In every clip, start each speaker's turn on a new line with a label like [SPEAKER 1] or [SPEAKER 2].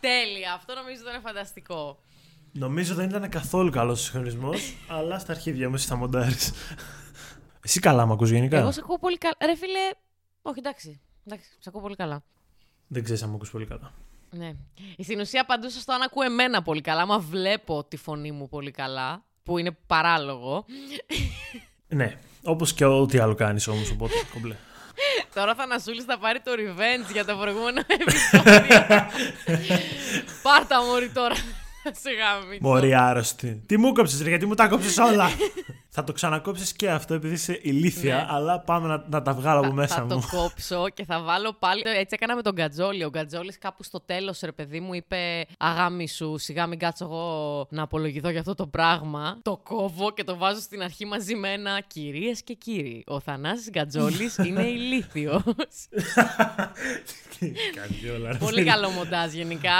[SPEAKER 1] Τέλεια. Αυτό νομίζω ήταν φανταστικό.
[SPEAKER 2] Νομίζω δεν ήταν καθόλου καλός ο συγχρονισμός, αλλά στα αρχίδια μου εσύ θα μοντάρεις. Εσύ καλά μ' ακούς γενικά.
[SPEAKER 1] Εγώ σε ακούω πολύ καλά. Ρε φίλε. Όχι, εντάξει. Εντάξει, σε ακούω πολύ καλά.
[SPEAKER 2] Δεν ξέρεις αν μ' ακούς πολύ καλά.
[SPEAKER 1] Ναι. Στην ουσία απαντούσα στο αν ακούω εμένα πολύ καλά. Άμα βλέπω τη φωνή μου πολύ καλά, που είναι παράλογο.
[SPEAKER 2] Ναι, όπως και ό,τι άλλο κάνεις όμως. Οπότε κομπλέ.
[SPEAKER 1] Τώρα θα Θανασούλης θα πάρει το revenge για τα προηγούμενα επεισόδια. Πάρτα μωρή τώρα. Θα Σε γάμι.
[SPEAKER 2] Μωρή άρρωστη. Τι μου κόψες, ρε, γιατί μου τα κόψες όλα. θα το ξανακόψεις και αυτό επειδή είσαι ηλίθια,
[SPEAKER 1] Ναι.
[SPEAKER 2] αλλά πάμε να, να τα βγάλω από μέσα
[SPEAKER 1] θα
[SPEAKER 2] μου.
[SPEAKER 1] το κόψω και θα βάλω πάλι. Έτσι έκανα με τον Γκατζόλη. Ο Γκατζόλης κάπου στο τέλος, ρε παιδί μου, είπε Αγάμι σου, σιγά μην κάτσω εγώ να απολογηθώ για αυτό το πράγμα. Το κόβω και το βάζω στην αρχή μαζί με ένα. Κυρίες και κύριοι, ο Θανάσης Γκατζόλης είναι ηλίθιος.
[SPEAKER 2] Τι κάνει όλα, ρε
[SPEAKER 1] Πολύ
[SPEAKER 2] φίλε.
[SPEAKER 1] καλό μοντάζ γενικά.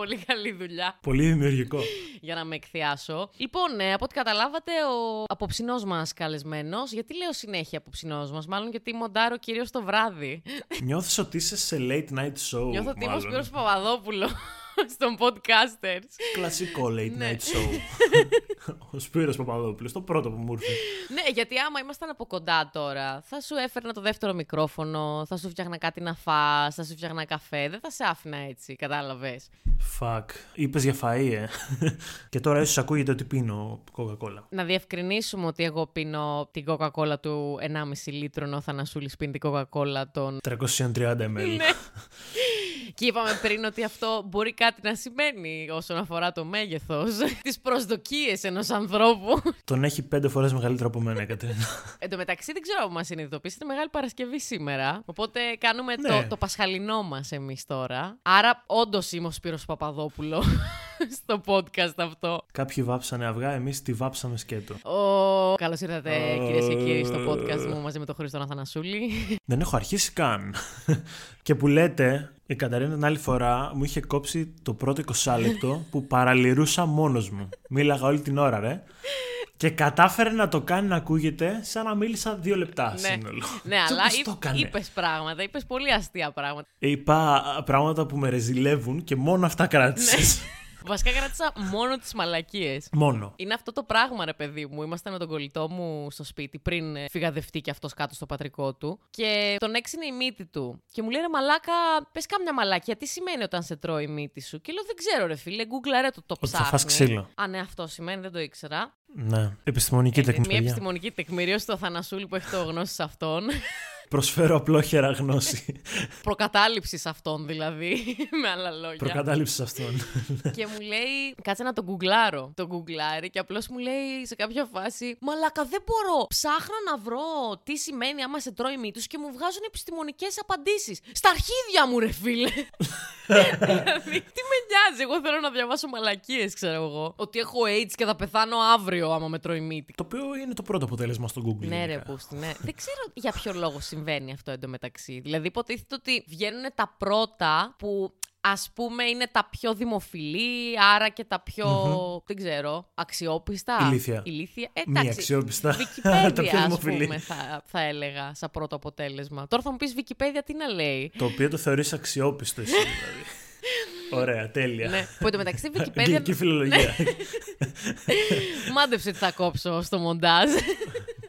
[SPEAKER 1] Πολύ καλή δουλειά
[SPEAKER 2] Πολύ δημιουργικό.
[SPEAKER 1] για να με εκθιάσω. Λοιπόν, ε, από ό,τι καταλάβατε, ο απόψινό μας καλεσμένος. Γιατί λέω συνέχεια απόψινό μας, μάλλον γιατί μοντάρω κυρίως το βράδυ.
[SPEAKER 2] Νιώθεις ότι είσαι σε late night show.
[SPEAKER 1] Νιώθω ότι είμαι ο
[SPEAKER 2] μάλλον.
[SPEAKER 1] Σπύρος Παπαδόπουλος στον podcasters.
[SPEAKER 2] Κλασικό late
[SPEAKER 1] Ναι.
[SPEAKER 2] night show. ο Σπύρος Παπαδόπουλος, το πρώτο που μου ήρθε.
[SPEAKER 1] ναι, γιατί άμα ήμασταν από κοντά τώρα, θα σου έφερνα το δεύτερο μικρόφωνο, θα σου φτιάχνα κάτι να φας, θα σου φτιάχνα καφέ, δεν θα σε άφηνα έτσι, κατάλαβες.
[SPEAKER 2] Fuck. Είπες για φαΐ, ε. και τώρα ίσως ακούγεται ότι πίνω Coca-Cola.
[SPEAKER 1] Να διευκρινίσουμε ότι εγώ πίνω την Coca-Cola του 1,5 λίτρων, ο Θανασούλης πίνει την Coca-Cola των...
[SPEAKER 2] 330 ml.
[SPEAKER 1] Ναι. Και είπαμε πριν ότι αυτό μπορεί κάτι να σημαίνει όσον αφορά το μέγεθος, τις προσδοκίες ενός ανθρώπου.
[SPEAKER 2] Τον έχει πέντε φορές μεγαλύτερο από μένα, η Κατερίνα.
[SPEAKER 1] Εν τω μεταξύ δεν ξέρω αν μας συνειδητοποιήσετε, μεγάλη Παρασκευή σήμερα. Οπότε κάνουμε
[SPEAKER 2] Ναι.
[SPEAKER 1] το, το πασχαλινό μας εμείς τώρα. Άρα, όντως είμαι ο Σπύρος Παπαδόπουλο στο podcast αυτό.
[SPEAKER 2] Κάποιοι βάψανε αυγά, εμείς τη βάψαμε σκέτο.
[SPEAKER 1] Ο... Καλώς ήρθατε,
[SPEAKER 2] Ε.
[SPEAKER 1] κυρίες και κύριοι, στο podcast μου μαζί με τον Χρήστο Αθανασούλη.
[SPEAKER 2] Δεν έχω αρχίσει καν. και που λέτε, η Καταρίνα την άλλη φορά μου είχε κόψει το πρώτο 20 λεπτό που παραλυρούσα μόνος μου. Μίλαγα όλη την ώρα, ρε. Και κατάφερε να το κάνει να ακούγεται σαν να μίλησα δύο λεπτά σύνολο.
[SPEAKER 1] ναι,
[SPEAKER 2] Έτσι
[SPEAKER 1] αλλά
[SPEAKER 2] όπως το έκανε.
[SPEAKER 1] είπες πράγματα, είπες πολύ αστεία πράγματα.
[SPEAKER 2] Είπα α, πράγματα που με ρεζιλεύουν και μόνο αυτά κράτησες.
[SPEAKER 1] Ναι. Βασικά κράτησα μόνο τις μαλακίες.
[SPEAKER 2] μόνο.
[SPEAKER 1] Είναι αυτό το πράγμα, ρε παιδί μου. Ήμασταν με τον κολλητό μου στο σπίτι πριν ε, φυγαδευτεί κι αυτός κάτω στο πατρικό του. Και τον έξινε η μύτη του. Και μου λέει ρε Μαλάκα, πες κάμια μαλάκια. Τι σημαίνει όταν σε τρώει η μύτη σου. Και λέω Δεν ξέρω, ρε φίλε, Google ρε το, το
[SPEAKER 2] Ότι θα φας
[SPEAKER 1] ψάχνει.
[SPEAKER 2] ξύλο.
[SPEAKER 1] Α, ναι, αυτό σημαίνει, δεν το ήξερα. Ε,
[SPEAKER 2] Ναι. Επιστημονική τεχνική.
[SPEAKER 1] Μια
[SPEAKER 2] παιδιά.
[SPEAKER 1] επιστημονική τεκμηρίωση του Θανασούλη που έχει το γνώση αυτών.
[SPEAKER 2] Προσφέρω απλόχερα γνώση.
[SPEAKER 1] Ναι. Προκατάληψης αυτών δηλαδή, με άλλα λόγια.
[SPEAKER 2] Προκατάληψης αυτών.
[SPEAKER 1] Και μου λέει, κάτσε να τον γκουγκλάρω. Το γκουγκλάρει και απλώς μου λέει σε κάποια φάση, Μαλάκα, δεν μπορώ. Ψάχνω να βρω τι σημαίνει άμα σε τρώει μύτη και μου βγάζουν επιστημονικές απαντήσεις. Στα αρχίδια μου, ρε φίλε. δηλαδή, τι με νοιάζει, εγώ θέλω να διαβάσω μαλακίες, ξέρω εγώ. Ότι έχω AIDS και θα πεθάνω αύριο άμα με τρώει μύτη.
[SPEAKER 2] το οποίο είναι το πρώτο αποτέλεσμα στο Google.
[SPEAKER 1] Ναι, ρε
[SPEAKER 2] γενικά.
[SPEAKER 1] Πούστη, ναι. Δεν ξέρω για ποιο λόγο συμβαίνει αυτό εντωμεταξύ. Δηλαδή, υποτίθεται ότι βγαίνουν τα πρώτα που ας πούμε είναι τα πιο δημοφιλή, άρα και τα πιο, δεν ξέρω, αξιόπιστα.
[SPEAKER 2] Ηλίθια.
[SPEAKER 1] Ηλίθια. Ε,
[SPEAKER 2] Μη
[SPEAKER 1] εντάξει.
[SPEAKER 2] αξιόπιστα. Τα πιο
[SPEAKER 1] Wikipedia, ας
[SPEAKER 2] δημοφιλή.
[SPEAKER 1] πούμε, θα, θα έλεγα, σαν πρώτο αποτέλεσμα. Τώρα θα μου πεις Wikipedia τι να λέει.
[SPEAKER 2] Το οποίο το θεωρείς αξιόπιστο εσύ, δηλαδή. Ωραία, τέλεια.
[SPEAKER 1] ναι. Που εντωμεταξύ
[SPEAKER 2] Αγγλική
[SPEAKER 1] Wikipedia Ναι.
[SPEAKER 2] φιλολογία.
[SPEAKER 1] μάντεψε τι θα κόψω στο μοντάζ.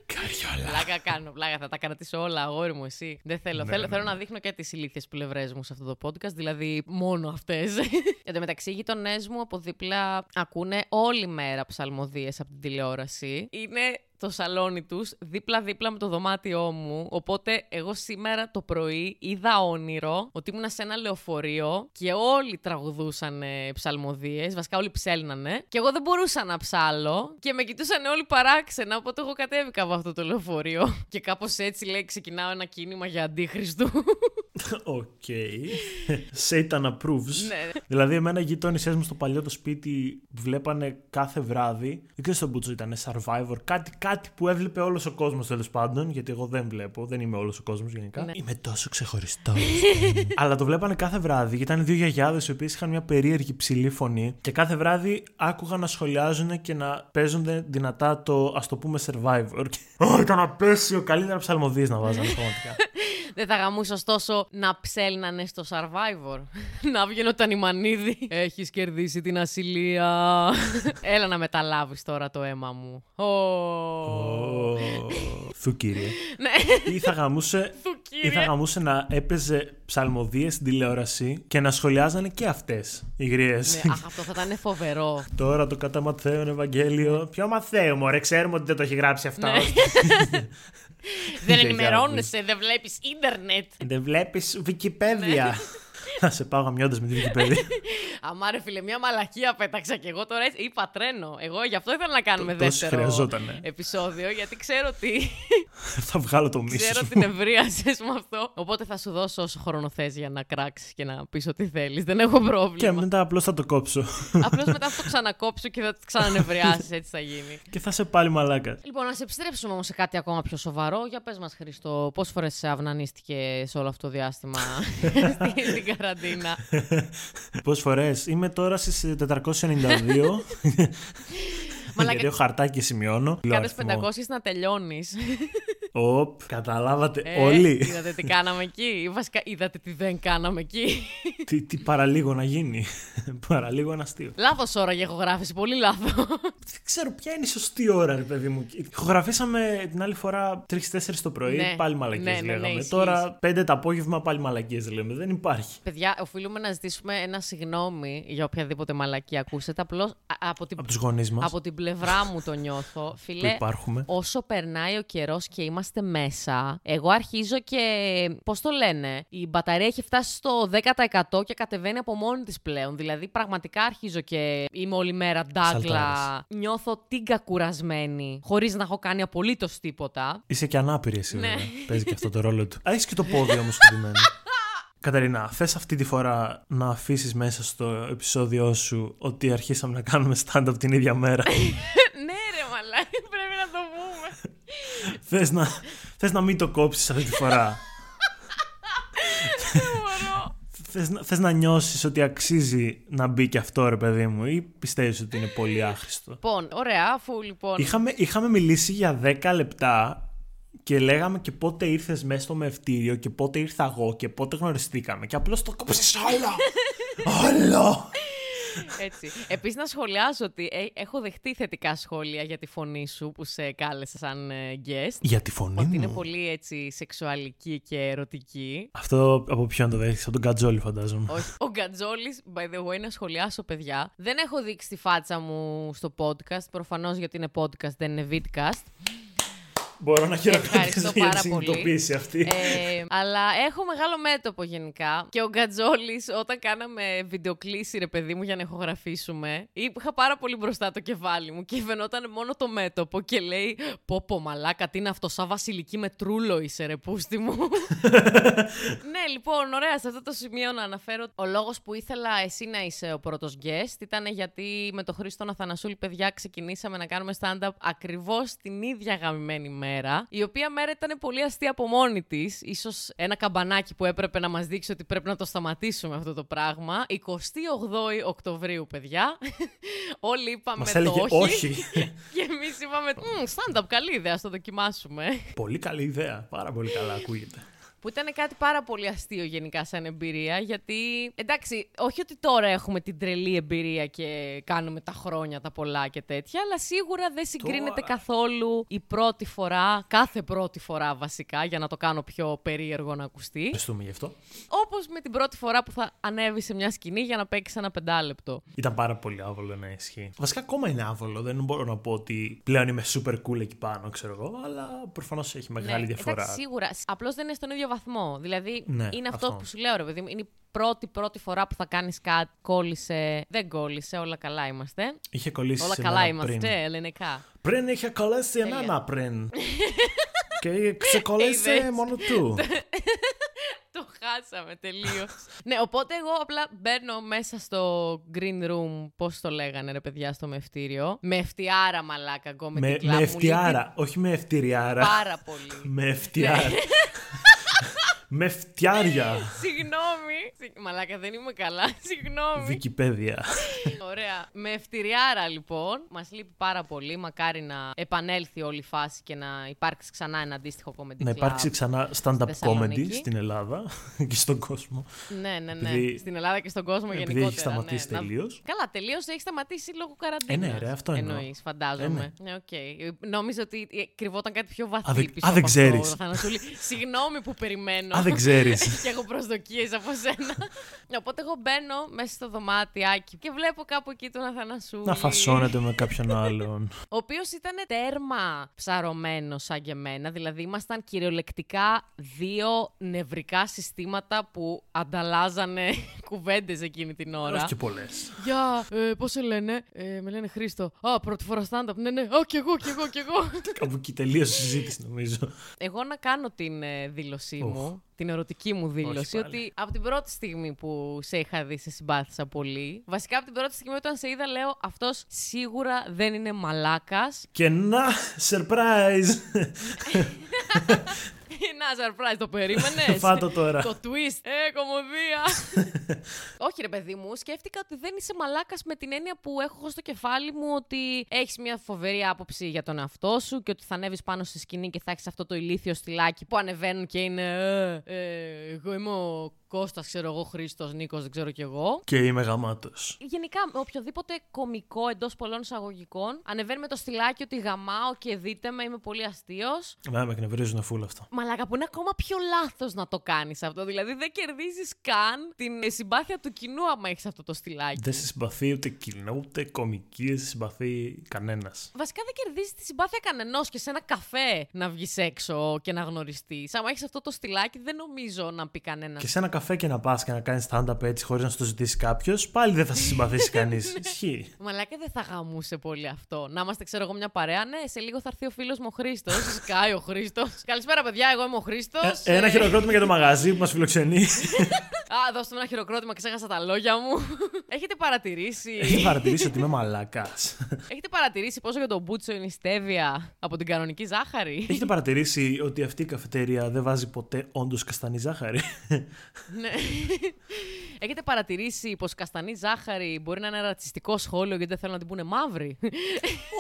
[SPEAKER 2] Καριόλα.
[SPEAKER 1] Πλάκα κάνω, πλάκα. Θα τα κρατήσω όλα, αγόρι μου, εσύ. Δεν θέλω.
[SPEAKER 2] Ναι,
[SPEAKER 1] θέλω,
[SPEAKER 2] ναι,
[SPEAKER 1] θέλω
[SPEAKER 2] ναι.
[SPEAKER 1] να δείχνω και τις ηλίθιες πλευρές μου σε αυτό το podcast, δηλαδή μόνο αυτές. Εν τω μεταξύ, οι γειτονές μου από δίπλα ακούνε όλη μέρα ψαλμοδίες από την τηλεόραση. Είναι το σαλόνι τους δίπλα-δίπλα με το δωμάτιό μου. Οπότε, Ε, εγώ σήμερα το πρωί είδα όνειρο ότι ήμουνα σε ένα λεωφορείο και όλοι τραγουδούσαν ψαλμοδίες. Βασικά, όλοι ψέλνανε. Και εγώ δεν μπορούσα να ψάλω και με κοιτούσαν όλοι παράξενα. Οπότε, εγώ κατέβηκα από αυτό το λεωφορείο. Και κάπως έτσι λέει: Ξεκινάω ένα κίνημα για αντίχριστου.
[SPEAKER 2] Οκ. Satan approves.
[SPEAKER 1] Ναι.
[SPEAKER 2] Δηλαδή, εμένα οι γειτόνισές μου στο παλιό το σπίτι βλέπανε κάθε βράδυ. Δεν ξέρω στον Μπούτσο ήταν survivor. Κάτι, κάτι που έβλεπε όλος ο κόσμος τέλος πάντων. Γιατί εγώ δεν βλέπω, δεν είμαι όλος ο κόσμος γενικά.
[SPEAKER 1] Ναι.
[SPEAKER 2] Είμαι τόσο ξεχωριστός. Αλλά το βλέπανε κάθε βράδυ. και Ήταν δύο γιαγιάδες οι οποίες είχαν μια περίεργη ψηλή φωνή. Και κάθε βράδυ άκουγα να σχολιάζουν και να παίζουν δυνατά το ας το πούμε survivor. Και, Ω, ήταν απέσιο. Καλύτερα ψαλμοδίες να βάζανε πραγματικά.
[SPEAKER 1] Δεν θα γαμούσα ωστόσο να ψέλνανε στο Survivor. να βγαίνει όταν η Μανίδη. Έχεις κερδίσει την ασυλία. Έλα να μεταλάβεις τώρα το αίμα μου. Ω.
[SPEAKER 2] Ω, Θου κύριε.
[SPEAKER 1] Ναι,
[SPEAKER 2] Ή θα γαμούσε,
[SPEAKER 1] του
[SPEAKER 2] ή θα
[SPEAKER 1] κύριε.
[SPEAKER 2] γαμούσε να έπαιζε ψαλμοδίες στην τηλεόραση και να σχολιάζανε και αυτές οι γριές.
[SPEAKER 1] Ναι, αχ, αυτό θα ήταν φοβερό.
[SPEAKER 2] Τώρα το κατά Ματθαίον Ευαγγέλιο. Ποιο Ματθαίο, μωρέ, ξέρουμε ότι δεν το έχει γράψει αυτά.
[SPEAKER 1] Ναι. δεν
[SPEAKER 2] Γιαγιά μου.
[SPEAKER 1] ενημερώνεσαι, δεν βλέπεις ίντερνετ.
[SPEAKER 2] Δεν βλέπεις Wikipedia.
[SPEAKER 1] Ναι.
[SPEAKER 2] Να σε πάω γαμιώντας με τη Wikipedia.
[SPEAKER 1] Αμάρε φίλε, μια μαλακία πέταξα και εγώ τώρα έτσι, είπα τρένο. Εγώ γι' αυτό ήθελα να κάνουμε
[SPEAKER 2] τόσο
[SPEAKER 1] δεύτερο
[SPEAKER 2] χρειαζότανε.
[SPEAKER 1] επεισόδιο, γιατί ξέρω ότι,
[SPEAKER 2] θα βγάλω το μίσος
[SPEAKER 1] ξέρω
[SPEAKER 2] μου.
[SPEAKER 1] ότι νευρίασες με αυτό. Οπότε θα σου δώσω όσο χρόνο θες για να κράξεις και να πεις ό,τι θέλεις. Δεν έχω
[SPEAKER 2] Και
[SPEAKER 1] πρόβλημα.
[SPEAKER 2] μετά απλώς θα το κόψω.
[SPEAKER 1] Απλώς μετά θα το ξανακόψω και θα το ξανανευριάσεις, έτσι θα γίνει.
[SPEAKER 2] και θα σε πάλι μαλάκας.
[SPEAKER 1] Λοιπόν, να σε επιστρέψουμε όμως σε κάτι ακόμα πιο σοβαρό. Για πες μας, Χρήστο, πόσες φορές αυνανίστηκε σε όλο αυτό το διάστημα στη- στην καραντίνα.
[SPEAKER 2] Πόσες φορές είμαι τώρα ε, στι 492. Γιατί
[SPEAKER 1] Μαλάκα,
[SPEAKER 2] έχω χαρτάκι και σημειώνω.
[SPEAKER 1] κάνεις
[SPEAKER 2] Λέω
[SPEAKER 1] 500 να τελειώνεις.
[SPEAKER 2] αριθμό. Οπ, καταλάβατε
[SPEAKER 1] Ε,
[SPEAKER 2] όλοι.
[SPEAKER 1] Είδατε τι κάναμε εκεί. Ή Βασικά, είδατε τι δεν κάναμε εκεί.
[SPEAKER 2] τι, τι παραλίγο να γίνει. παραλίγο ένα αστείο.
[SPEAKER 1] Λάθος ώρα για ηχογράφηση. Πολύ λάθος.
[SPEAKER 2] Δεν ξέρω ποια είναι η σωστή ώρα, ρε παιδί μου. Ηχογραφήσαμε την άλλη φορά 3-4 το πρωί,
[SPEAKER 1] Ναι.
[SPEAKER 2] πάλι μαλακίε
[SPEAKER 1] Ναι, ναι, ναι,
[SPEAKER 2] λέγαμε.
[SPEAKER 1] ισχύει,
[SPEAKER 2] Τώρα 5 το απόγευμα, πάλι μαλακίε λέμε. Δεν υπάρχει.
[SPEAKER 1] Παιδιά, οφείλουμε να ζητήσουμε ένα συγγνώμη για οποιαδήποτε μαλακή ακούσετε. Απλώς από την,
[SPEAKER 2] Από τους γονείς μας
[SPEAKER 1] από την πλευρά μου το νιώθω.
[SPEAKER 2] που
[SPEAKER 1] Φίλε,
[SPEAKER 2] υπάρχουμε.
[SPEAKER 1] όσο περνάει ο καιρός και είμαστε μέσα, εγώ αρχίζω και. Πώς το λένε, η μπαταρία έχει φτάσει στο 10% και κατεβαίνει από μόνη της πλέον. Δηλαδή, πραγματικά αρχίζω και είμαι όλη μέρα
[SPEAKER 2] Σαλτάρεις.
[SPEAKER 1] ντάγκλα. Νιώθω τίγκα κουρασμένη, χωρίς να έχω κάνει απολύτως τίποτα.
[SPEAKER 2] Είσαι και ανάπηρη εσύ,
[SPEAKER 1] Ναι.
[SPEAKER 2] βέβαια. Παίζει και αυτό το ρόλο του. Α, έχεις και το πόδι όμως κουμπημένο. Καταρινά, θες αυτή τη φορά να αφήσεις μέσα στο επεισόδιό σου ότι αρχίσαμε να κάνουμε stand-up την ίδια μέρα.
[SPEAKER 1] ναι, ρε μαλάκα, πρέπει να το πούμε.
[SPEAKER 2] θες, να, θες να μην το κόψεις αυτή τη φορά.
[SPEAKER 1] Δεν μπορώ.
[SPEAKER 2] θες, να- θες να νιώσεις ότι αξίζει να μπει και αυτό ρε παιδί μου ή πιστεύεις ότι είναι πολύ άχρηστο.
[SPEAKER 1] Λοιπόν, ωραία, αφού λοιπόν.
[SPEAKER 2] Είχαμε, είχαμε μιλήσει για 10 λεπτά και λέγαμε και πότε ήρθες μέσα στο μευτήριο και πότε ήρθα εγώ και πότε γνωριστήκαμε και απλώς το κόψεις όλο. όλο.
[SPEAKER 1] Έτσι. Επίσης, να σχολιάσω ότι ε, έχω δεχτεί θετικά σχόλια για τη φωνή σου που σε κάλεσα σαν ε, guest.
[SPEAKER 2] Για τη φωνή
[SPEAKER 1] Ότι
[SPEAKER 2] μου.
[SPEAKER 1] είναι πολύ έτσι σεξουαλική και ερωτική.
[SPEAKER 2] Αυτό από ποιον το δέχτηκες, από τον Κατζόλη φαντάζομαι.
[SPEAKER 1] Όχι. Ο Γκατζόλης, by the way, να σχολιάσω, παιδιά. Δεν έχω δείξει τη φάτσα μου στο podcast. Προφανώς γιατί είναι podcast, δεν είναι vidcast.
[SPEAKER 2] Μπορώ να χειροκροτήσω
[SPEAKER 1] Ευχαριστώ
[SPEAKER 2] για τη
[SPEAKER 1] πάρα πολύ.
[SPEAKER 2] συνειδητοποίηση αυτή.
[SPEAKER 1] Ε, αλλά έχω μεγάλο μέτωπο γενικά. Και ο Γκατζόλης, όταν κάναμε βιντεοκλήση, ρε παιδί μου, για να ηχογραφήσουμε, είχα πάρα πολύ μπροστά το κεφάλι μου και φαινόταν μόνο το μέτωπο. Και λέει: Πω, πω, μαλάκα, τι είναι αυτό, σαν βασιλική με τρούλο είσαι, ρε πούστη μου. ναι, λοιπόν, ωραία, σε αυτό το σημείο να αναφέρω. ότι Ο λόγος που ήθελα εσύ να είσαι ο πρώτος guest ήταν γιατί με τον Χρήστο Αθανασούλη, παιδιά, ξεκινήσαμε να κάνουμε stand-up ακριβώς την ίδια γαμημένη μέρα. Η οποία μέρα ήταν πολύ αστεία από μόνη της. σω ένα καμπανάκι που έπρεπε να μας δείξει ότι πρέπει να το σταματήσουμε αυτό το πράγμα. 28 Οκτωβρίου, παιδιά. Όλοι είπαμε
[SPEAKER 2] Μας
[SPEAKER 1] το
[SPEAKER 2] έλεγε
[SPEAKER 1] όχι.
[SPEAKER 2] όχι.
[SPEAKER 1] και εμείς είπαμε, «Μμ, stand-up, καλή ιδέα, ας το δοκιμάσουμε.
[SPEAKER 2] πολύ καλή ιδέα. Πάρα πολύ καλά ακούγεται.
[SPEAKER 1] Που ήταν κάτι πάρα πολύ αστείο γενικά σαν εμπειρία, γιατί εντάξει, όχι ότι τώρα έχουμε την τρελή εμπειρία και κάνουμε τα χρόνια τα πολλά και τέτοια, αλλά σίγουρα δεν συγκρίνεται
[SPEAKER 2] Τώρα.
[SPEAKER 1] καθόλου η πρώτη φορά, κάθε πρώτη φορά βασικά, για να το κάνω πιο περίεργο να ακουστεί,
[SPEAKER 2] Ευχαριστούμε γι' αυτό.
[SPEAKER 1] όπως με την πρώτη φορά που θα ανέβει σε μια σκηνή για να παίξει ένα πεντάλεπτο.
[SPEAKER 2] Ήταν πάρα πολύ άβολο να ισχύει. Βασικά ακόμα είναι άβολο. Δεν μπορώ να πω ότι πλέον είμαι super cool εκεί πάνω, ξέρω εγώ. Αλλά προφανώς έχει μεγάλη
[SPEAKER 1] Ναι,
[SPEAKER 2] διαφορά.
[SPEAKER 1] Εντάξει, σίγουρα. Απλώς δεν είναι στον ίδιο βαθμό. Δηλαδή,
[SPEAKER 2] Ναι,
[SPEAKER 1] είναι αυτό,
[SPEAKER 2] αυτό.
[SPEAKER 1] που σου λέω, ρε παιδί μου. Είναι η πρώτη, πρώτη φορά που θα κάνεις κάτι. Κόλλησε. Δεν κόλλησε. Όλα καλά είμαστε.
[SPEAKER 2] Είχε κολλήσει
[SPEAKER 1] Όλα
[SPEAKER 2] σε
[SPEAKER 1] καλά
[SPEAKER 2] μένα
[SPEAKER 1] είμαστε.
[SPEAKER 2] πριν.
[SPEAKER 1] Ελληνικά.
[SPEAKER 2] Πριν είχε κολλήσει εμένα πριν. και
[SPEAKER 1] Είδες.
[SPEAKER 2] ξεκολλήσε μόνο του.
[SPEAKER 1] Το χάσαμε τελείως. ναι, οπότε εγώ απλά μπαίνω μέσα στο green room. Πώς το λέγανε, ρε παιδιά, στο μευτήριο. Με ευτιάρα, μαλάκα. Εγώ με,
[SPEAKER 2] με
[SPEAKER 1] την κλαπ
[SPEAKER 2] με
[SPEAKER 1] μου λείπει Ναι.
[SPEAKER 2] ευτιάρα, όχι με ευτηριάρα.
[SPEAKER 1] Πάρα πολύ.
[SPEAKER 2] Με ευτιάρα. με φτιάρια.
[SPEAKER 1] Συγγνώμη. Συ- Μαλάκα, δεν είμαι καλά. Συγγνώμη.
[SPEAKER 2] Wikipedia.
[SPEAKER 1] Ωραία. Με ευτηριάρα, λοιπόν. Μας λείπει πάρα πολύ. Μακάρι να επανέλθει όλη η φάση και να υπάρξει ξανά ένα αντίστοιχο comedy
[SPEAKER 2] να
[SPEAKER 1] club.
[SPEAKER 2] υπάρξει ξανά stand-up comedy
[SPEAKER 1] Θεσσαλονίκη.
[SPEAKER 2] στην Ελλάδα και στον κόσμο.
[SPEAKER 1] Ναι, ναι, ναι.
[SPEAKER 2] Επειδή-
[SPEAKER 1] Στην Ελλάδα και στον κόσμο
[SPEAKER 2] Επειδή
[SPEAKER 1] γενικότερα.
[SPEAKER 2] έχει σταματήσει
[SPEAKER 1] ναι. Να-
[SPEAKER 2] τελείως.
[SPEAKER 1] Καλά, τελείως έχει σταματήσει λόγω καραντίνας.
[SPEAKER 2] Ε, ναι, ρε, αυτό εννοώ.
[SPEAKER 1] Εννοείς, φαντάζομαι. Ε, ναι. οκ. Νόμιζα ότι ε, κρυβόταν κάτι πιο βαθύ
[SPEAKER 2] Α, δεν-
[SPEAKER 1] πίσω.
[SPEAKER 2] α, δεν
[SPEAKER 1] από
[SPEAKER 2] ξέρεις.
[SPEAKER 1] αυτό, Θανασούλη. Συγγνώμη που περιμένω.
[SPEAKER 2] Α, δεν ξέρεις.
[SPEAKER 1] και έχω προσδοκίες από σένα. Ναι, Οπότε εγώ μπαίνω μέσα στο δωμάτιάκι και βλέπω κάπου εκεί τον Αθανασούλη.
[SPEAKER 2] να φασώνεται με κάποιον άλλον.
[SPEAKER 1] Ο οποίος ήταν τέρμα ψαρωμένος σαν και εμένα. Δηλαδή, ήμασταν κυριολεκτικά δύο νευρικά συστήματα που ανταλλάζανε κουβέντες εκείνη την ώρα.
[SPEAKER 2] Όχι και πολλές.
[SPEAKER 1] Γεια, ε, πώς σε λένε, ε, με λένε Χρήστο. Α, πρώτη φορά stand-up. Ναι, ναι, α, κι εγώ, κι εγώ, κι εγώ.
[SPEAKER 2] Κάπου εκεί τελείωσε η συζήτηση, νομίζω.
[SPEAKER 1] Εγώ να κάνω την ε, δήλωσή
[SPEAKER 2] Οχ.
[SPEAKER 1] μου, την ερωτική μου δήλωση,
[SPEAKER 2] πάλι.
[SPEAKER 1] ότι από την πρώτη στιγμή που σε είχα δει, σε συμπάθησα πολύ. Βασικά από την πρώτη στιγμή όταν σε είδα, λέω αυτός σίγουρα δεν είναι μαλάκας.
[SPEAKER 2] και να, surprise!
[SPEAKER 1] να, surprise, το περίμενες.
[SPEAKER 2] Φάτο τώρα.
[SPEAKER 1] Το twist. Ε, κομμωδία. Όχι, ρε παιδί μου, σκέφτηκα ότι δεν είσαι μαλάκας με την έννοια που έχω εγώ στο κεφάλι μου ότι έχεις μια φοβερή άποψη για τον εαυτό σου και ότι θα ανέβεις πάνω στη σκηνή και θα έχεις αυτό το ηλίθιο στυλάκι που ανεβαίνουν και είναι. «Ε, ε, εγώ είμαι ο Κώστας, ξέρω εγώ, Χρήστος, Νίκος, δεν ξέρω κι εγώ.
[SPEAKER 2] και είμαι γαμάτος.
[SPEAKER 1] Γενικά, με οποιοδήποτε κωμικό εντός πολλών εισαγωγικών, ανεβαίνει με το στυλάκι ότι γαμάω και δείτε με, είμαι πολύ αστείος.
[SPEAKER 2] Μα με εκνευρίζουν φούλα αυτά.
[SPEAKER 1] Μαλάκα, που είναι ακόμα πιο λάθος να το κάνεις αυτό. Δηλαδή, δεν κερδίζεις καν την ε, συμπάθεια του κοινού, άμα έχεις αυτό το στυλάκι.
[SPEAKER 2] Δεν σε συμπαθεί ούτε κοινό, ούτε κομική, δεν σε συμπαθεί κανένας.
[SPEAKER 1] Βασικά δεν κερδίζεις τη συμπάθεια κανενός και σε ένα καφέ να βγεις έξω και να γνωριστείς. Άμα έχεις αυτό το στυλάκι, δεν νομίζω να πει κανένας.
[SPEAKER 2] Και σε ένα καφέ και να πας και να κάνεις stand-up έτσι χωρίς να σου το ζητήσει κάποιος, πάλι δεν θα σε συμπαθήσει κανείς. Ισχύει.
[SPEAKER 1] Μαλάκα δεν θα γαμούσε πολύ αυτό. Να είμαστε, ξέρω εγώ, μια παρέα. Ναι, σε λίγο θα έρθει ο φίλος μου ο Χρήστος. Σκάει ο Χρήστος. Καλησπέρα, παιδιά. Εγώ είμαι ο Χρήστος.
[SPEAKER 2] Ε, Ένα χειροκρότημα για το μαγαζί που μας φιλοξενεί.
[SPEAKER 1] Α, δώστε μου ένα χειροκρότημα, ξέχασα τα λόγια μου. Έχετε παρατηρήσει.
[SPEAKER 2] Έχει παρατηρήσει ότι είμαι μαλάκας.
[SPEAKER 1] Έχετε παρατηρήσει πόσο για τον Μπούτσο είναι η στέβια από την κανονική ζάχαρη.
[SPEAKER 2] Έχετε παρατηρήσει ότι αυτή η καφετέρια δεν βάζει ποτέ όντως καστανή ζάχαρη.
[SPEAKER 1] ναι. Έχετε παρατηρήσει πως καστανή ζάχαρη μπορεί να είναι ένα ρατσιστικό σχόλιο γιατί δεν θέλουν να την πούνε μαύρη.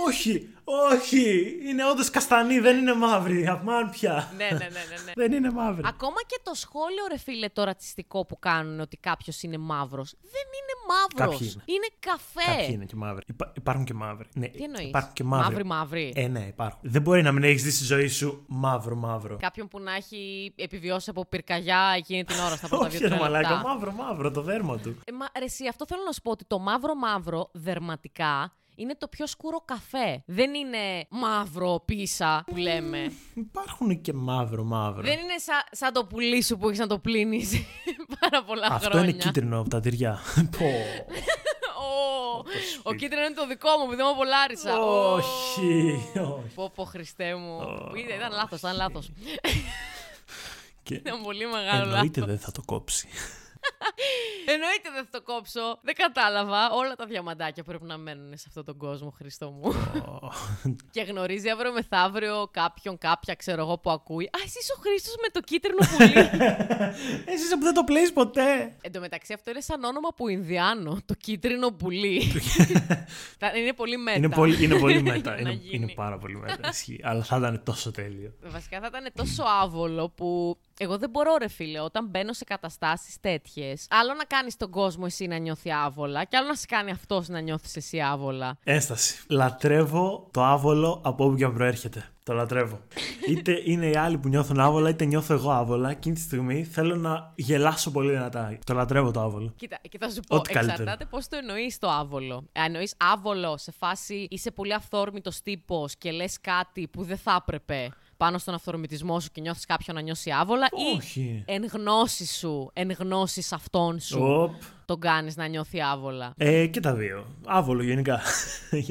[SPEAKER 2] όχι, όχι. Είναι όντως καστανή, δεν είναι μαύρη. Αμάν πια.
[SPEAKER 1] ναι, ναι, ναι, ναι. ναι.
[SPEAKER 2] δεν είναι μαύρη.
[SPEAKER 1] Ακόμα και το σχόλιο, ρε φίλε, το ρατσιστικό που κάνουν ότι κάποιος είναι μαύρος. Δεν είναι μαύρος.
[SPEAKER 2] Κάποιοι είναι.
[SPEAKER 1] καφέ.
[SPEAKER 2] Κάποιοι είναι και μαύροι. Υπά- υπάρχουν και μαύροι. Ναι,
[SPEAKER 1] Τι εννοείς.
[SPEAKER 2] Υπάρχουν και μαύροι.
[SPEAKER 1] Μαύροι, μαύροι.
[SPEAKER 2] Ε, ναι, υπάρχουν. Δεν μπορεί να μην έχεις δει στη ζωή σου μαύρο-μαύρο.
[SPEAKER 1] Κάποιον που να έχει επιβιώσει από πυρκαγιά εκείνη την ώρα στα πρώτα
[SPEAKER 2] Όχι,
[SPEAKER 1] δύο
[SPEAKER 2] ρε
[SPEAKER 1] τρία
[SPEAKER 2] μαλάκα,
[SPEAKER 1] λεπτά.
[SPEAKER 2] μαύρο-μαύρο το δέρμα του.
[SPEAKER 1] Ε, μα, ρε, εσύ, αυτό θέλω να σου πω ότι το μαύρο-μαύρο δερματικά είναι το πιο σκούρο καφέ. Δεν είναι μαύρο πίσα που λέμε.
[SPEAKER 2] Υπάρχουν και μαύρο-μαύρο.
[SPEAKER 1] Δεν είναι σαν, σαν το πουλί σου που έχεις να το πλύνεις πάρα πολλά
[SPEAKER 2] Αυτό
[SPEAKER 1] χρόνια.
[SPEAKER 2] είναι κίτρινο από τα τυριά. Πω.
[SPEAKER 1] Ω, ο κίτρινο είναι το δικό μου, επειδή μου απολάρισα. Ω,
[SPEAKER 2] Όχι, όχι.
[SPEAKER 1] Πω, πω, Χριστέ μου. Ήταν- Ήταν λάθος, ήταν λάθος.
[SPEAKER 2] Και
[SPEAKER 1] Ήταν πολύ μεγάλο λάθο.
[SPEAKER 2] εννοείται δεν θα το κόψει.
[SPEAKER 1] Εννοείται δεν θα το κόψω. Δεν κατάλαβα. Όλα τα διαμαντάκια πρέπει να μένουν σε αυτόν τον κόσμο, Χριστό μου.
[SPEAKER 2] Ω,
[SPEAKER 1] και γνωρίζει αύριο μεθαύριο κάποιον, κάποια, ξέρω εγώ, που ακούει. Α, εσύ είσαι ο Χρήστος με το κίτρινο πουλί.
[SPEAKER 2] Εσύ είσαι που δεν το πλέεις ποτέ.
[SPEAKER 1] Εν τω μεταξύ, αυτό είναι σαν όνομα που Ινδιάνο. Το κίτρινο πουλί. Τα- είναι πολύ μέτα.
[SPEAKER 2] Είναι πολύ, είναι πολύ
[SPEAKER 1] Για
[SPEAKER 2] μετά.
[SPEAKER 1] να
[SPEAKER 2] είναι,
[SPEAKER 1] γίνει.
[SPEAKER 2] είναι πάρα πολύ μετά. Ισχύει. Αλλά θα ήταν τόσο τέλειο.
[SPEAKER 1] Βασικά θα ήταν τόσο άβολο που εγώ δεν μπορώ, ρε φίλε, όταν μπαίνω σε καταστάσεις τέτοιες. Άλλο να κάνεις τον κόσμο εσύ να νιώθει άβολα, και άλλο να σε κάνει αυτός να νιώθεις εσύ άβολα.
[SPEAKER 2] Ένσταση. Λατρεύω το άβολο από όπου και αν προέρχεται. Το λατρεύω. Είτε είναι οι άλλοι που νιώθουν άβολα, είτε νιώθω εγώ άβολα. Εκείνη τη στιγμή θέλω να γελάσω πολύ δυνατά. Το λατρεύω το άβολο.
[SPEAKER 1] Κοίτα, και θα σου πω,
[SPEAKER 2] Ό,τι καλύτερο.
[SPEAKER 1] εξαρτάται πώς το εννοείς το άβολο. Αν εννοείς άβολο σε φάση είσαι πολύ αυθόρμητος τύπος και λες κάτι που δεν θα έπρεπε πάνω στον αυθορμητισμό σου και νιώθεις κάποιον να νιώσει άβολα.
[SPEAKER 2] Όχι.
[SPEAKER 1] Ή εν γνώση σου, εν γνώσης αυτών σου,
[SPEAKER 2] Οπ.
[SPEAKER 1] τον κάνεις να νιώθει άβολα.
[SPEAKER 2] Ε, και τα δύο. Άβολο γενικά.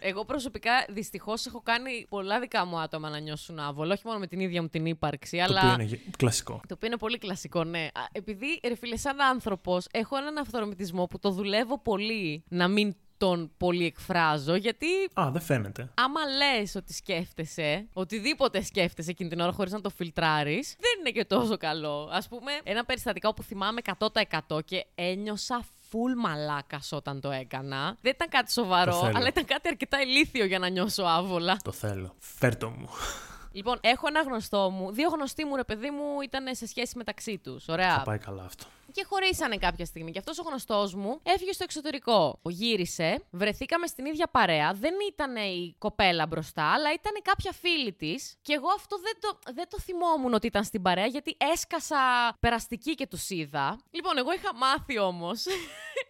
[SPEAKER 1] Εγώ προσωπικά δυστυχώς έχω κάνει πολλά δικά μου άτομα να νιώσουν άβολο, όχι μόνο με την ίδια μου την ύπαρξη,
[SPEAKER 2] το
[SPEAKER 1] αλλά.
[SPEAKER 2] οποίο είναι γε- κλασικό.
[SPEAKER 1] Το οποίο είναι πολύ κλασικό, ναι. Α, Επειδή, ρε φίλε, σαν άνθρωπος, έχω έναν αυθορμητισμό που το δουλεύω πολύ να μην τον πολύ εκφράζω, γιατί
[SPEAKER 2] Α, δεν φαίνεται.
[SPEAKER 1] άμα λες ότι σκέφτεσαι, οτιδήποτε σκέφτεσαι εκείνη την ώρα χωρίς να το φιλτράρεις, δεν είναι και τόσο καλό. Ας πούμε, ένα περιστατικό που θυμάμαι 100% και ένιωσα φουλ μαλάκας όταν το έκανα. Δεν ήταν κάτι
[SPEAKER 2] Το
[SPEAKER 1] σοβαρό,
[SPEAKER 2] θέλω.
[SPEAKER 1] αλλά ήταν κάτι αρκετά ηλίθιο για να νιώσω άβολα.
[SPEAKER 2] Το θέλω. Φέρτο μου.
[SPEAKER 1] Λοιπόν, έχω ένα γνωστό μου. Δύο γνωστοί μου, ρε παιδί μου, ήταν σε σχέση μεταξύ τους. Ωραία.
[SPEAKER 2] Θα πάει καλά αυτό.
[SPEAKER 1] Και χωρίσανε κάποια στιγμή. Και αυτός ο γνωστός μου έφυγε στο εξωτερικό. Γύρισε, βρεθήκαμε στην ίδια παρέα. Δεν ήταν η κοπέλα μπροστά, αλλά ήταν κάποια φίλη της. Και εγώ αυτό δεν το, δεν το θυμόμουν ότι ήταν στην παρέα, γιατί έσκασα περαστική και τους είδα. Λοιπόν, εγώ είχα μάθει όμως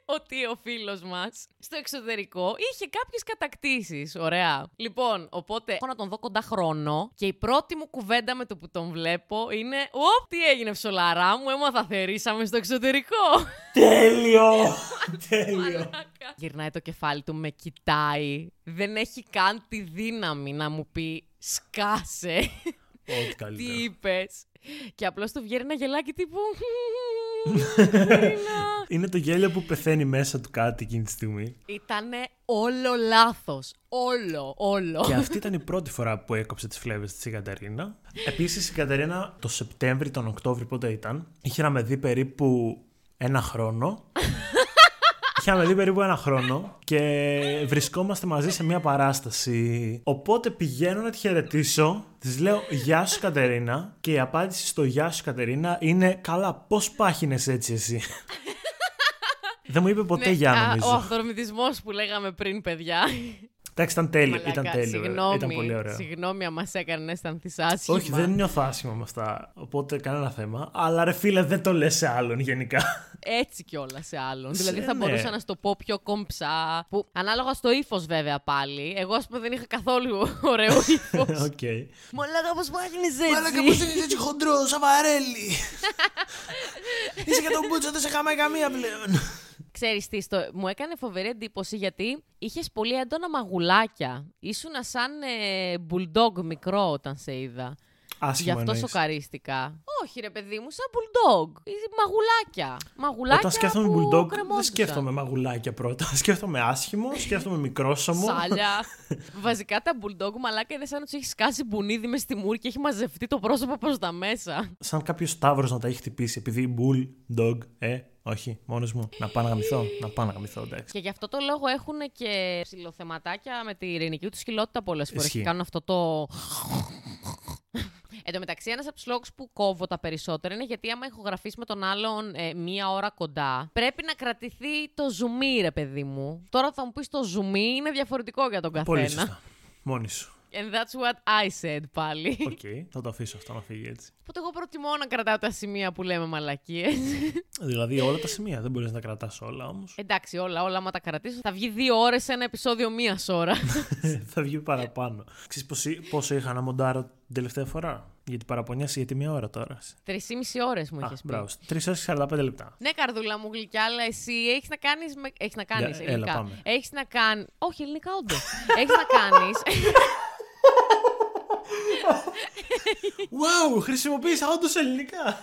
[SPEAKER 1] ότι ο φίλος μας στο εξωτερικό είχε κάποιες κατακτήσεις. Ωραία. Λοιπόν, οπότε έχω να τον δω κοντά χρόνο και η πρώτη μου κουβέντα με το που τον βλέπω είναι Ωπ, τι έγινε ψολαρά μου, έμαθα θερήσαμε στο εξωτερικό.
[SPEAKER 2] Τέλειο! Τέλειο.
[SPEAKER 1] Μαλάκα. Γυρνάει το κεφάλι του, με κοιτάει. Δεν έχει καν τη δύναμη να μου πει σκάσε.
[SPEAKER 2] Ό,τι
[SPEAKER 1] Τι
[SPEAKER 2] καλύτερο.
[SPEAKER 1] είπες. Και απλώς του βγαίνει ένα γελάκι τύπου.
[SPEAKER 2] Είναι το γέλιο που πεθαίνει μέσα του κάτι εκείνη τη στιγμή.
[SPEAKER 1] Ήτανε όλο λάθος. Όλο, όλο.
[SPEAKER 2] Και αυτή ήταν η πρώτη φορά που έκοψε τις φλέβες της η Καταρίνα. Επίσης, η Καταρίνα το Σεπτέμβρη, τον Οκτώβρη, πότε ήταν, είχε να με δει περίπου ένα χρόνο. Είχε να με δει περίπου ένα χρόνο και βρισκόμαστε μαζί σε μια παράσταση. Οπότε πηγαίνω να τη χαιρετήσω, της λέω Γεια σου Κατερίνα και η απάντηση στο Γεια σου Κατερίνα είναι Καλά, πώς πάχινες έτσι εσύ. Δεν μου είπε ποτέ Γεια
[SPEAKER 1] Ναι, Α, Ο
[SPEAKER 2] νομίζω.
[SPEAKER 1] αυθορμητισμός που λέγαμε πριν, παιδιά.
[SPEAKER 2] Εντάξει, ήταν τέλειο.
[SPEAKER 1] Μαλάκα,
[SPEAKER 2] Ήταν τέλειο. ε,
[SPEAKER 1] Συγγνώμη,
[SPEAKER 2] Ήταν πολύ ωραίο.
[SPEAKER 1] συγγνώμη αν μας έκανε να αισθανθείς άσχημα.
[SPEAKER 2] Όχι, δεν νιώθω άσχημα με αυτά. Οπότε κανένα θέμα. Αλλά ρε φίλε, δεν το λες σε άλλον γενικά.
[SPEAKER 1] Έτσι κιόλα σε άλλον.
[SPEAKER 2] Σε,
[SPEAKER 1] δηλαδή θα
[SPEAKER 2] ναι.
[SPEAKER 1] μπορούσα να στο πω πιο κομψά. Που, ανάλογα στο ύφος, βέβαια πάλι. Εγώ, ας πούμε, δεν είχα καθόλου ωραίο ύφος.
[SPEAKER 2] Οκ.
[SPEAKER 1] Μαλάκα, πώ πάγινε έτσι.
[SPEAKER 2] είναι έτσι χοντρός, σαβαρέλι. Είσαι και τον Μπούτσο, δεν σε χαμάει καμία πλέον.
[SPEAKER 1] Ξέρεις τι, στο... μου έκανε φοβερή εντύπωση γιατί είχες πολύ έντονα μαγουλάκια. Ήσουνα σαν ε, bulldog μικρό όταν σε είδα. Γι'
[SPEAKER 2] Άσχημα
[SPEAKER 1] αυτό
[SPEAKER 2] εννοείς.
[SPEAKER 1] σοκαρίστηκα. Όχι ρε παιδί μου, σαν bulldog. Ε, Μαγουλάκια. Μαγουλάκια
[SPEAKER 2] Όταν σκέφτομαι
[SPEAKER 1] που
[SPEAKER 2] μπουλντόγκ, δεν
[SPEAKER 1] κρεμόντουσαν.
[SPEAKER 2] σκέφτομαι μαγουλάκια πρώτα. Σκέφτομαι άσχημο, σκέφτομαι μικρόσωμο.
[SPEAKER 1] Σάλια. Βασικά τα bulldog μαλάκα είναι σαν να τους έχεις σκάσει μπουνίδι μες στη μούρη και έχει μαζευτεί το πρόσωπο προς τα μέσα.
[SPEAKER 2] Σαν κάποιος τάβρο να τα έχει χτυπήσει. Επειδή μπουλντόγκ, ε, όχι, μόνος μου. Να πάω να γαμηθώ. Να πάω να γαμηθώ, εντάξει.
[SPEAKER 1] Και γι' αυτό το λόγο έχουν και ψηλοθεματάκια με τη ειρηνική του σκυλότητα πολλές φορές.
[SPEAKER 2] Ισχύει.
[SPEAKER 1] Και κάνουν αυτό το. Εν τω μεταξύ, ένας από τους λόγους που κόβω τα περισσότερα είναι γιατί άμα ηχογραφήσει με τον άλλον ε, μία ώρα κοντά, πρέπει να κρατηθεί το ζουμί, ρε παιδί μου. Τώρα θα μου πεις το ζουμί είναι διαφορετικό για τον
[SPEAKER 2] Πολύ
[SPEAKER 1] καθένα.
[SPEAKER 2] σωστά. Μόνη σου.
[SPEAKER 1] And that's what I said πάλι.
[SPEAKER 2] Οκ, θα το αφήσω αυτό να φύγει έτσι.
[SPEAKER 1] Οπότε εγώ προτιμώ να κρατάω τα σημεία που λέμε μαλακίες.
[SPEAKER 2] Δηλαδή όλα τα σημεία. Δεν μπορείς να τα κρατάς όλα όμως.
[SPEAKER 1] Εντάξει, όλα, όλα, άμα τα κρατήσω, θα βγει δύο ώρες σε ένα επεισόδιο μίας ώρα.
[SPEAKER 2] θα βγει παραπάνω. Ξέρεις πόσο, πόσο είχα να μοντάρω την τελευταία φορά. Γιατί παραπονιάσαι γιατί μία ώρα τώρα.
[SPEAKER 1] Τρεις ώρες μου
[SPEAKER 2] Α,
[SPEAKER 1] είχες πει.
[SPEAKER 2] μπράβο. 3 ώρες και 45 λεπτά.
[SPEAKER 1] Ναι, καρδούλα μου γλυκιά, αλλά εσύ έχεις να κάνεις. Με... Έχεις να κάνεις.
[SPEAKER 2] Για- έλα, πάμε.
[SPEAKER 1] Έχεις να κάνει. Όχι, ελληνικά, όντως. έχεις να κάνεις.
[SPEAKER 2] Wow, χρησιμοποίησα όντως ελληνικά.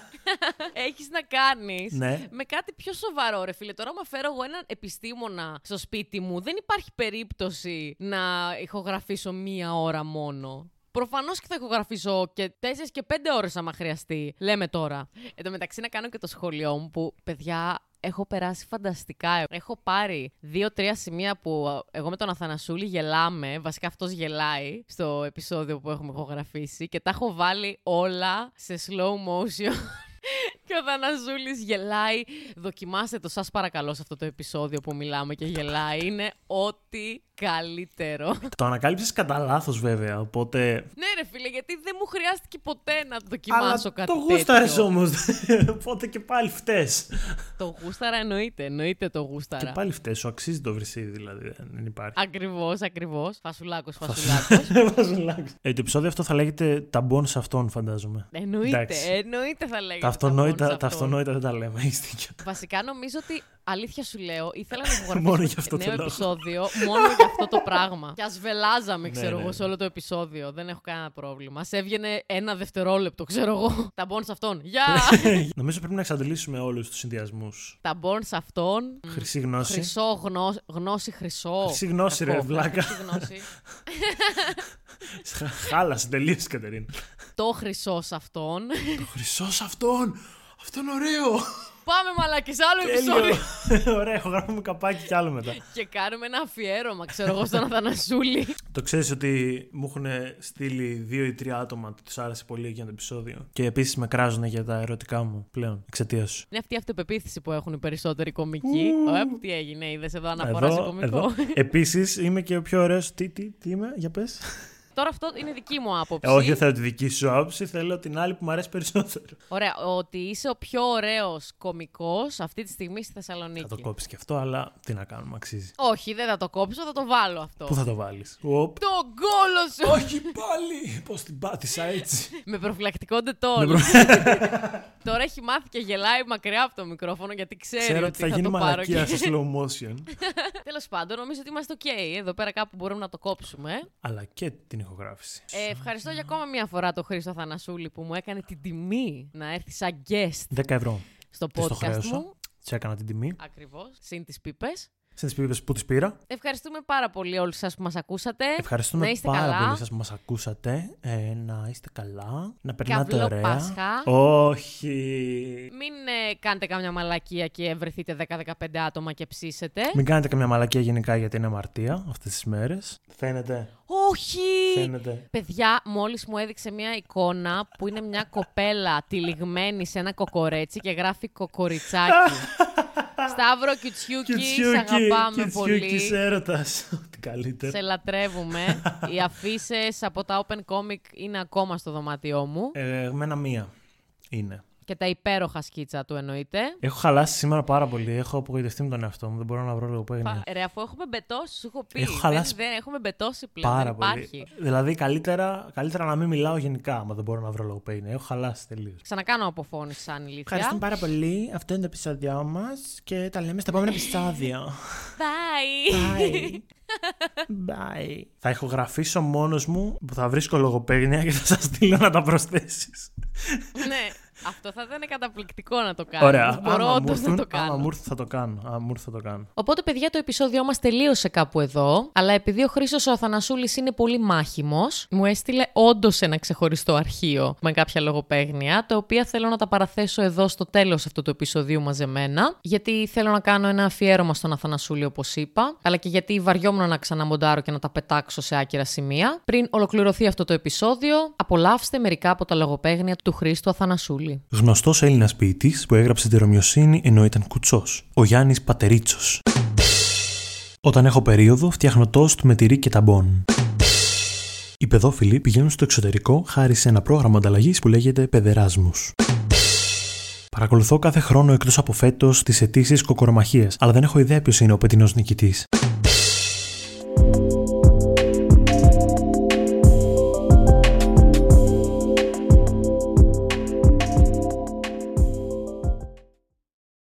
[SPEAKER 1] έχεις να κάνεις.
[SPEAKER 2] Ναι.
[SPEAKER 1] Με κάτι πιο σοβαρό, ρε φίλε. Τώρα, άμα φέρω εγώ έναν επιστήμονα στο σπίτι μου, δεν υπάρχει περίπτωση να ηχογραφήσω μία ώρα μόνο. Προφανώς και θα ηχογραφήσω και 4 και 5 ώρες, άμα χρειαστεί. Λέμε τώρα. Εν τω μεταξύ, να κάνω και το σχολείο μου που, παιδιά, έχω περάσει φανταστικά. Έχω πάρει δύο-τρία σημεία που εγώ με τον Αθανασούλη γελάμε. Βασικά αυτός γελάει στο επεισόδιο που έχουμε ηχογραφήσει και τα έχω βάλει όλα σε slow motion. Και ο Δαναζούλης γελάει. Δοκιμάστε το, σας παρακαλώ, σε αυτό το επεισόδιο που μιλάμε και γελάει. Είναι ό,τι καλύτερο.
[SPEAKER 2] το ανακάλυψες κατά λάθος βέβαια. Οπότε.
[SPEAKER 1] ναι, ρε φίλε, γιατί δεν μου χρειάστηκε ποτέ να δοκιμάσω
[SPEAKER 2] Αλλά
[SPEAKER 1] κάτι
[SPEAKER 2] το
[SPEAKER 1] τέτοιο.
[SPEAKER 2] γούσταρε όμως. οπότε και πάλι φτε.
[SPEAKER 1] Το γούσταρα εννοείται, εννοείται το
[SPEAKER 2] Και
[SPEAKER 1] γούσταρα.
[SPEAKER 2] πάλι φτε. Σου αξίζει το βρυσίδι δηλαδή. Δεν υπάρχει.
[SPEAKER 1] Ακριβώς, ακριβώς. Φασουλάκος, φασουλάκο.
[SPEAKER 2] ε, το επεισόδιο αυτό θα λέγεται ταμπών σε αυτόν, φαντάζομαι.
[SPEAKER 1] εννοείται,
[SPEAKER 2] Εντάξει.
[SPEAKER 1] εννοείται Ε, θα λέγεται.
[SPEAKER 2] Τα αυτονόητα
[SPEAKER 1] χωρίς
[SPEAKER 2] τα,
[SPEAKER 1] αυτόν.
[SPEAKER 2] τα αυτονόητα δεν τα λέμε. Έχει δίκιο.
[SPEAKER 1] Βασικά νομίζω ότι αλήθεια σου λέω, ήθελα να μου
[SPEAKER 2] Μόνο γι' αυτό το
[SPEAKER 1] νέο
[SPEAKER 2] λόγο.
[SPEAKER 1] επεισόδιο, μόνο για αυτό το πράγμα. Και ας βελάζαμε,
[SPEAKER 2] Ναι,
[SPEAKER 1] ξέρω
[SPEAKER 2] ναι,
[SPEAKER 1] εγώ,
[SPEAKER 2] ναι.
[SPEAKER 1] σε όλο το επεισόδιο. Δεν έχω κανένα πρόβλημα. Σε έβγαινε ένα δευτερόλεπτο, ξέρω εγώ. Τα μπον αυτόν. Γεια!
[SPEAKER 2] Νομίζω πρέπει να εξαντλήσουμε όλους τους συνδυασμούς.
[SPEAKER 1] Τα μπον αυτόν.
[SPEAKER 2] Χρυσή γνώση.
[SPEAKER 1] Χρυσό, γνώση, γνώση χρυσό.
[SPEAKER 2] Χρυσή γνώση,
[SPEAKER 1] Κακό.
[SPEAKER 2] ρε, βλάκα.
[SPEAKER 1] Χρυσή γνώση.
[SPEAKER 2] Χάλασε τελείως, Κατερίνα.
[SPEAKER 1] το χρυσό σε αυτόν.
[SPEAKER 2] Ο χρυσό αυτόν! Αυτό είναι ωραίο!
[SPEAKER 1] Πάμε μαλάκι σε άλλο επεισόδιο.
[SPEAKER 2] Τέλειο! Ωραία, έχω γράφουμε καπάκι κι άλλο μετά.
[SPEAKER 1] Και κάνουμε ένα αφιέρωμα, ξέρω εγώ, στον Αθανασούλη.
[SPEAKER 2] Το ξέρεις ότι μου έχουν στείλει δύο ή τρία άτομα που τους άρεσε πολύ εκείνο το επεισόδιο. Και επίσης με κράζουν για τα ερωτικά μου πλέον εξαιτίας σου.
[SPEAKER 1] Είναι αυτή η αυτοπεποίθηση που έχουν οι περισσότεροι κομικοί.
[SPEAKER 2] Μμμ.
[SPEAKER 1] Ωραία, τι έγινε, είδες εδώ αναφορά σε κομικό.
[SPEAKER 2] Επίσης είμαι και ο πιο ωραίος. Τι, τι, τι είμαι, για πες.
[SPEAKER 1] Τώρα αυτό είναι δική μου άποψη.
[SPEAKER 2] Ε, Όχι, δεν θέλω τη δική σου άποψη, θέλω την άλλη που μου αρέσει περισσότερο.
[SPEAKER 1] Ωραία, ότι είσαι ο πιο ωραίος κωμικός αυτή τη στιγμή στη
[SPEAKER 2] Θα το
[SPEAKER 1] Θεσσαλονίκη.
[SPEAKER 2] κόψει και αυτό, αλλά τι να κάνουμε, αξίζει.
[SPEAKER 1] Όχι, δεν θα το κόψω, θα το βάλω αυτό.
[SPEAKER 2] Πού θα το βάλεις. Οπ.
[SPEAKER 1] Το γκόλο σου!
[SPEAKER 2] Όχι πάλι! Πώς την πάτησα έτσι.
[SPEAKER 1] Με προφυλακτικό ντετόλ. Τώρα έχει μάθει και γελάει μακριά από το μικρόφωνο γιατί ξέρει
[SPEAKER 2] Ξέρω ότι
[SPEAKER 1] ότι
[SPEAKER 2] θα γίνει
[SPEAKER 1] το πάρω.
[SPEAKER 2] μαλακία
[SPEAKER 1] Και...
[SPEAKER 2] σε slow motion.
[SPEAKER 1] Τέλος πάντων, νομίζω ότι είμαστε οκ. Εδώ πέρα κάπου μπορούμε να το κόψουμε.
[SPEAKER 2] αλλά και την ηχογράφηση.
[SPEAKER 1] Ε, ευχαριστώ για ακόμα μία φορά τον Χρήστο Θανασούλη που μου έκανε την τιμή να έρθει σαν guest
[SPEAKER 2] 10 ευρώ.
[SPEAKER 1] στο
[SPEAKER 2] Και στο
[SPEAKER 1] podcast
[SPEAKER 2] χρέωσα.
[SPEAKER 1] μου.
[SPEAKER 2] Τι έκανα την τιμή.
[SPEAKER 1] Ακριβώς. Συν τις πίπες.
[SPEAKER 2] Σε τις πίπε που τις πήρα.
[SPEAKER 1] Ευχαριστούμε πάρα πολύ όλους σας που μας ακούσατε. Ε, να
[SPEAKER 2] Ευχαριστούμε
[SPEAKER 1] είστε
[SPEAKER 2] πάρα
[SPEAKER 1] καλά.
[SPEAKER 2] πολύ σας που μας ακούσατε. Ε, να είστε καλά. Να περνάτε
[SPEAKER 1] Καυλό
[SPEAKER 2] ωραία.
[SPEAKER 1] Πάσχα.
[SPEAKER 2] Όχι.
[SPEAKER 1] Μην ε, κάνετε καμιά μαλακία και βρεθείτε 10-15 άτομα και ψήσετε.
[SPEAKER 2] Μην κάνετε καμιά μαλακία γενικά γιατί είναι αμαρτία αυτές τις μέρες. Φαίνεται.
[SPEAKER 1] Όχι!
[SPEAKER 2] Φαίνεται.
[SPEAKER 1] Παιδιά, μόλις μου έδειξε μια εικόνα που είναι μια κοπέλα τυλιγμένη σε ένα κοκορέτσι και γράφει κοκοριτσάκι. Σταύρο Κιουτσιούκης, σε αγαπάμε πολύ.
[SPEAKER 2] Κιτσιούκι έρωτας. Ό,τι καλύτερο.
[SPEAKER 1] Σε λατρεύουμε. Οι αφήσεις από τα Open Comic είναι ακόμα στο δωμάτιό μου.
[SPEAKER 2] Ε, εμένα μία είναι.
[SPEAKER 1] Και τα υπέροχα σκίτσα του εννοείται.
[SPEAKER 2] Έχω χαλάσει σήμερα πάρα πολύ. Έχω απογοητευτεί με τον εαυτό μου. Δεν μπορώ να βρω λόγο που έγινε.
[SPEAKER 1] Πα- Ρε, αφού έχουμε μπετώσει, σου έχω πει.
[SPEAKER 2] ναι. Έχω
[SPEAKER 1] Δεν-
[SPEAKER 2] χαλάσει
[SPEAKER 1] Δεν, έχουμε μπετώσει πλέον.
[SPEAKER 2] Πάρα
[SPEAKER 1] δεν
[SPEAKER 2] πολύ.
[SPEAKER 1] υπάρχει.
[SPEAKER 2] Δηλαδή, καλύτερα, καλύτερα να μην μιλάω γενικά, άμα δεν μπορώ να βρω λόγο που έγινε. Έχω χαλάσει τελείως.
[SPEAKER 1] Ξανακάνω αποφώνηση σαν ηλικία.
[SPEAKER 2] Ευχαριστούμε πάρα πολύ. Αυτό είναι το επεισόδιο μας και τα λέμε στο επόμενο επεισόδιο.
[SPEAKER 1] Bye.
[SPEAKER 2] Bye. Bye. Θα ηχογραφήσω μόνος μου που θα βρίσκω λογοπαίγνια και θα σας στείλω να τα προσθέσεις.
[SPEAKER 1] ναι, αυτό θα ήταν καταπληκτικό να το κάνω.
[SPEAKER 2] Ωραία.
[SPEAKER 1] Μπορώ
[SPEAKER 2] Άμα μου
[SPEAKER 1] όντως να
[SPEAKER 2] έρθουν,
[SPEAKER 1] το
[SPEAKER 2] άμα
[SPEAKER 1] κάνω.
[SPEAKER 2] μου έρθουν θα το κάνω. Άμα μου έρθουν θα το κάνω.
[SPEAKER 1] Οπότε, παιδιά, το επεισόδιό μας τελείωσε κάπου εδώ. Αλλά επειδή ο Χρήστος ο Αθανασούλης είναι πολύ μάχημος, μου έστειλε όντως ένα ξεχωριστό αρχείο με κάποια λογοπαίγνια, τα οποία θέλω να τα παραθέσω εδώ στο τέλος αυτού του επεισοδίου μαζεμένα. Γιατί θέλω να κάνω ένα αφιέρωμα στον Αθανασούλη, όπως είπα, αλλά και γιατί βαριόμουν να ξαναμοντάρω και να τα πετάξω σε άκυρα σημεία. Πριν ολοκληρωθεί αυτό το επεισόδιο, απολαύστε μερικά από τα λογοπαίγνια του Χρήστου Αθανασούλη.
[SPEAKER 2] Γνωστός Έλληνας ποιητής που έγραψε τη Ρωμιοσύνη ενώ ήταν κουτσός, ο Γιάννης Πατερίτσος. Όταν έχω περίοδο, φτιάχνω τόστ με τυρί και ταμπόν. Οι παιδόφιλοι πηγαίνουν στο εξωτερικό χάρη σε ένα πρόγραμμα ανταλλαγής που λέγεται Παιδεράσμους. Παρακολουθώ κάθε χρόνο εκτός από φέτος τις αιτήσεις κοκορομαχίας, αλλά δεν έχω ιδέα ποιος είναι ο πετεινός νικητής.